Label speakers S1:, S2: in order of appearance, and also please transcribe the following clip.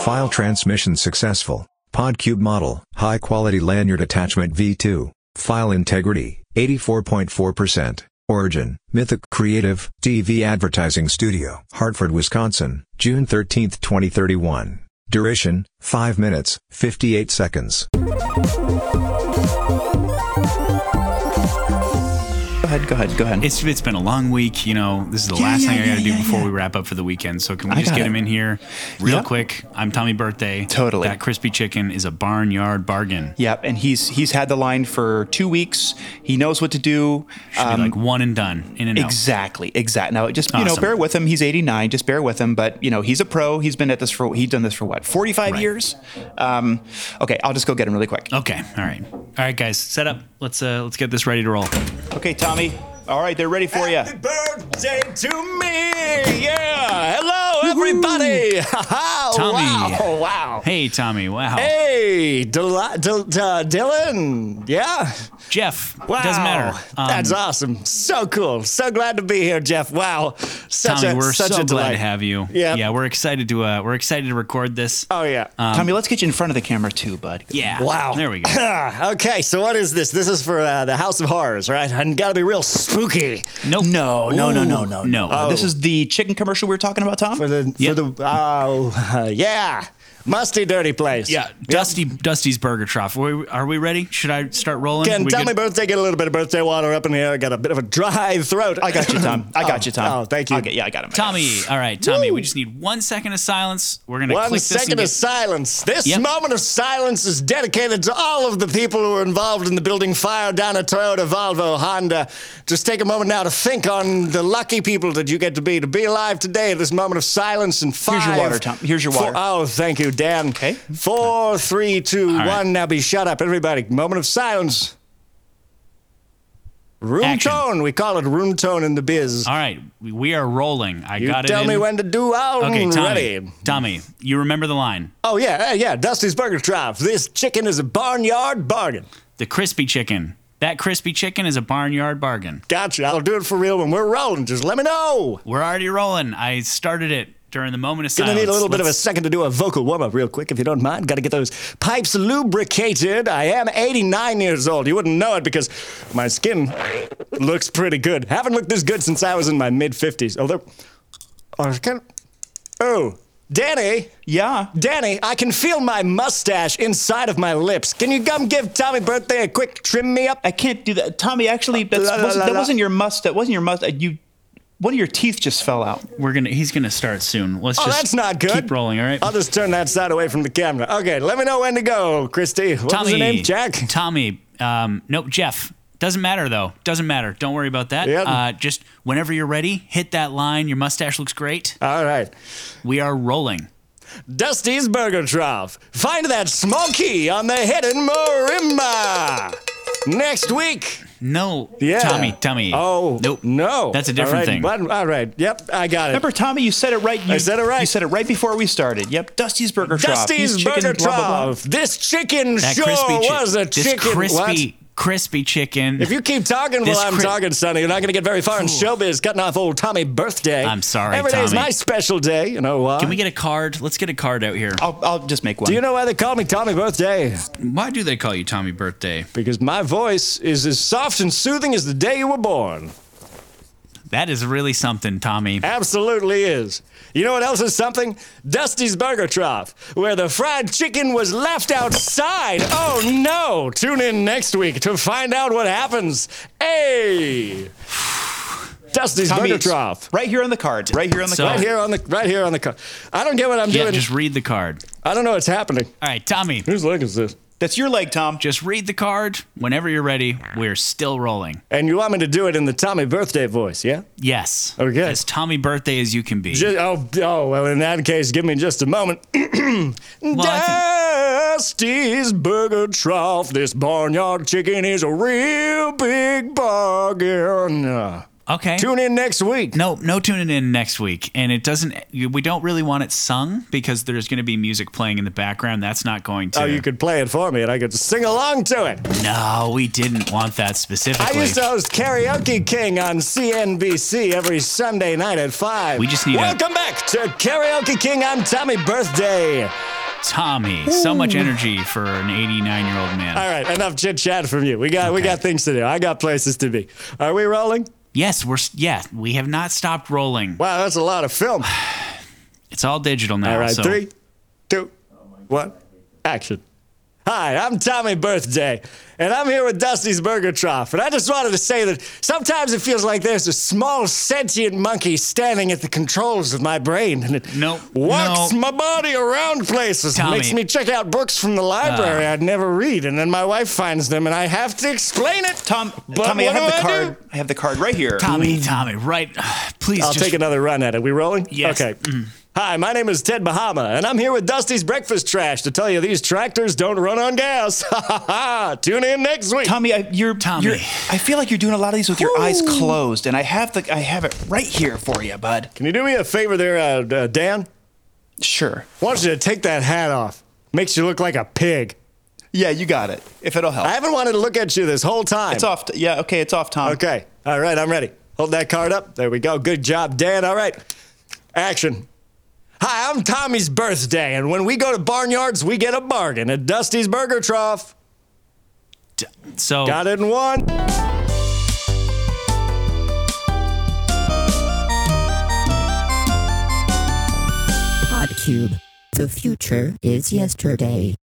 S1: File transmission successful. PodCube model. High quality lanyard attachment V2. File integrity 84.4%. Origin Mythic Creative DV Advertising Studio, Hartford, Wisconsin, June 13, 2031. Duration 5 minutes 58 seconds.
S2: Go ahead, go ahead, go ahead.
S3: It's it's been a long week, you know. This is the
S2: Yeah,
S3: last
S2: yeah,
S3: thing I got to
S2: yeah,
S3: do
S2: yeah,
S3: before
S2: yeah.
S3: we wrap up for the weekend. So can we
S2: I
S3: just
S2: got
S3: get him
S2: it.
S3: in here real
S2: Yeah.
S3: quick? I'm Tommy Birthday.
S2: Totally.
S3: That crispy chicken is a barnyard bargain.
S2: Yep, and he's he's had the line for two weeks. He knows what to do.
S3: Should
S2: Um,
S3: be like one and done, in and out.
S2: Exactly, exactly. Now, just you know,
S3: Awesome.
S2: bear with him. He's 89. Just bear with him. But you know, he's a pro. He's been at this for he's done this for what 45
S3: Right.
S2: years. Um, okay, I'll just go get him really quick.
S3: Okay. All right. All right, guys. Set up. Let's uh let's get this ready to roll.
S2: Okay, Tommy. All right, they're ready for you.
S4: Happy birthday to me! Yeah! Hello, everybody!
S3: Tommy.
S4: Wow! Wow!
S3: Hey, Tommy. Wow.
S4: Hey, Deli- Dil- uh, Dylan! Yeah!
S3: Jeff.
S4: Wow!
S3: Doesn't matter. Um,
S4: That's awesome. So cool. So glad to be here, Jeff. Wow. Such
S3: Tommy,
S4: a,
S3: we're
S4: such
S3: so
S4: a
S3: glad
S4: delight.
S3: to have you.
S4: Yep.
S3: Yeah, we're excited to uh we're excited to record this.
S4: Oh, yeah.
S2: Tommy, let's get you in front of the camera too, bud.
S3: yeah.
S4: Wow.
S3: Uh, There we go.
S4: okay, so what is this? This is for uh, the House of Horrors, right? And gotta be real spooky.
S3: Nope.
S2: No, no, no, no,
S3: Ooh,
S2: no,
S3: no.
S2: Uh, This is the chicken commercial we were talking about, Tom.
S4: For the,
S3: Yep.
S4: for the, oh, yeah. Musty, dirty place.
S3: Yeah, Dusty Dusty's Burger Trough. Are we, are we ready? Should I start rolling?
S4: Ken,
S3: We
S4: tell
S3: good?
S4: me birthday. Get a little bit of birthday water up in here. I got a bit of a dry throat.
S2: I got you, Tom. I got
S4: Oh,
S2: you, Tom.
S4: oh, thank you.
S2: I'll get- yeah, I got him. I got him.
S3: Tommy. All right, Tommy. We just need one second of silence. We're gonna
S4: One
S3: click this.
S4: second
S3: and
S4: of
S3: get-
S4: silence. This
S3: Yep.
S4: moment of silence is dedicated to all of the people who were involved in the building fire down at Toyota, Volvo, Honda. Just take a moment now to think on the lucky people that you get to be to be alive today at this moment of silence and five.
S2: Here's your water, Tom. Here's your
S4: four-
S2: water.
S4: oh, thank you, Dan.
S2: Okay.
S4: Four, three, two, one.
S3: right.
S4: Now be shut up, everybody. Moment of silence. Room
S3: Action.
S4: tone. We call it room tone in the biz.
S3: All right, we- we are rolling. I
S4: You
S3: got it.
S4: tell
S3: in.
S4: me when to do. I'm
S3: Okay, Tommy.
S4: ready.
S3: Tommy, you remember the line?
S4: Oh yeah, uh, yeah. Dusty's Burger Drive. This chicken is a barnyard bargain.
S3: The crispy chicken. That crispy chicken is a barnyard bargain.
S4: Gotcha. I'll do it for real when we're rolling. Just let me know.
S3: We're already rolling. I started it during the moment of
S4: Gonna
S3: silence.
S4: need a little bit of a
S3: Let's-
S4: second to do a vocal warm up, real quick, if you don't mind. Gotta get those pipes lubricated. I am 89 years old. You wouldn't know it because my skin looks pretty good. Haven't looked this good since I was in my mid 50s. Although, I can. Oh, Danny.
S2: Yeah.
S4: Danny, I can feel my mustache inside of my lips. Can you come give Tommy Birthday a quick trim me up?
S2: I can't do that, Tommy. Actually, that's,
S4: Uh, La, la,
S2: wasn't,
S4: la,
S2: that
S4: la.
S2: wasn't your must. That wasn't your must. uh, You, one of your teeth just fell out.
S3: We're gonna. He's gonna start soon. Let's
S4: Oh,
S3: just.
S4: that's not good.
S3: Keep rolling. All right.
S4: I'll just turn that side away from the camera. Okay, let me know when to go, Christy. What
S3: Tommy.
S4: was your name? Jack?
S3: Tommy. Um, nope, Jeff. Doesn't matter though. Doesn't matter. Don't worry about that.
S4: Yep.
S3: Uh, just whenever you're ready, hit that line. Your mustache looks great.
S4: All right.
S3: We are rolling.
S4: Dusty's Burger Trough. Find that smoky on the hidden marimba. Next week.
S3: No,
S4: Yeah.
S3: Tommy, Tommy.
S4: Oh,
S3: nope,
S4: no.
S3: That's a different
S4: all right,
S3: thing.
S4: one- all right. Yep, I got it.
S2: Remember, Tommy, you said it right. You,
S4: said it right.
S2: You said it right before we started. Yep. Dusty's Burger Trough.
S4: Dusty's
S2: He's
S4: Burger
S2: blah, blah, blah.
S4: Trough. This chicken
S3: that
S4: sure
S3: crispy chi-
S4: was a
S3: this
S4: chicken.
S3: crispy,
S4: What?
S3: crispy chicken.
S4: If you keep talking
S3: This
S4: while I'm
S3: cri-
S4: talking, Sonny, you're not going to get very far in showbiz cutting off old Tommy birthday.
S3: I'm sorry,
S4: Every day's
S3: Tommy.
S4: my special day. You know why?
S3: Can we get a card? Let's get a card out here.
S2: I'll, I'll just make one.
S4: Do you know why they call me Tommy Birthday?
S3: Why do they call you Tommy Birthday?
S4: Because my voice is as soft and soothing as the day you were born.
S3: That is really something, Tommy.
S4: Absolutely is. You know what else is something? Dusty's Burger Trough, where the fried chicken was left outside. Oh no! Tune in next week to find out what happens. Hey! Dusty's
S2: Tommy,
S4: Burger
S2: it's
S4: Trough.
S2: Right here on the card. Right here on the
S3: So-
S2: card.
S4: Right here on the right here on the car. I don't get what I'm
S3: Yeah,
S4: doing.
S3: just read the card.
S4: I don't know what's happening.
S3: All right, Tommy.
S4: Whose leg is this?
S2: That's your leg, Tom.
S3: Just read the card. Whenever you're ready, we're still rolling.
S4: And you want me to do it in the Tommy birthday voice, yeah?
S3: Yes.
S4: Okay.
S3: As Tommy Birthday as you can be.
S4: Ju- oh, oh, well, in that case, give me just a moment. Dusty's Burger Trough. This barnyard chicken is a real big bargain. Uh,
S3: okay.
S4: Tune in next week.
S3: No, no tuning in next week. And it doesn't, we don't really want it sung because there's going to be music playing in the background. That's not going to.
S4: Oh, you could play it for me and I could sing along to it.
S3: No, we didn't want that
S4: I
S3: specifically.
S4: used to host Karaoke King on CNBC every Sunday night at 5.
S3: We just need a-
S4: Welcome back to Karaoke King on Tommy Birthday.
S3: Tommy. So much energy for an 89 year old man.
S4: All right, enough chit chat from you. We got we got things to do. I got places to be. Are we rolling?
S3: yes, we're s- yeah, we have not stopped rolling.
S4: Wow, that's a lot of film.
S3: It's all digital now.
S4: All right,
S3: so
S4: three, two, one, action. Hi, I'm Tommy Birthday, and I'm here with Dusty's Burger Trough. And I just wanted to say that sometimes it feels like there's a small sentient monkey standing at the controls of my brain, and it
S3: Nope,
S4: walks
S3: no.
S4: my body around places, and
S3: Tommy. Ah.
S4: makes me check out books from the library I'd never read, and then my wife finds them, and I have to explain it.
S2: Tom,
S4: But
S2: Tommy, I
S4: what
S2: have the
S4: do I do?
S2: card. I have the card right here.
S3: Tommy, Tommy, right? Please
S4: I'll
S3: just
S4: take another run at it. We rolling?
S3: Yes. Mm-hmm.
S4: Okay. Hi, my name is Ted Bahama, and I'm here with Dusty's Breakfast Trash to tell you these tractors don't run on gas. Ha ha ha! Tune in next week.
S2: Tommy, I, you're,
S3: Tommy.
S2: you're- I feel like you're doing a lot of these with your eyes closed, and I have the, I have it right here for you, bud.
S4: Can you do me a favor there, uh, uh, Dan?
S2: Sure.
S4: Why don't you take that hat off? Makes you look like a pig.
S2: Yeah, you got it. If it'll help.
S4: I haven't wanted to look at you this whole time.
S2: it's off. Yeah. Okay. It's off, Tom.
S4: Okay. All right, I'm ready. Hold that card up. There we go. Good job, Dan. All right. Action. Hi, I'm Tommy's birthday, and when we go to barnyards, we get a bargain at Dusty's Burger Trough.
S3: so
S4: Got it in one.
S5: Podcube. The future is yesterday.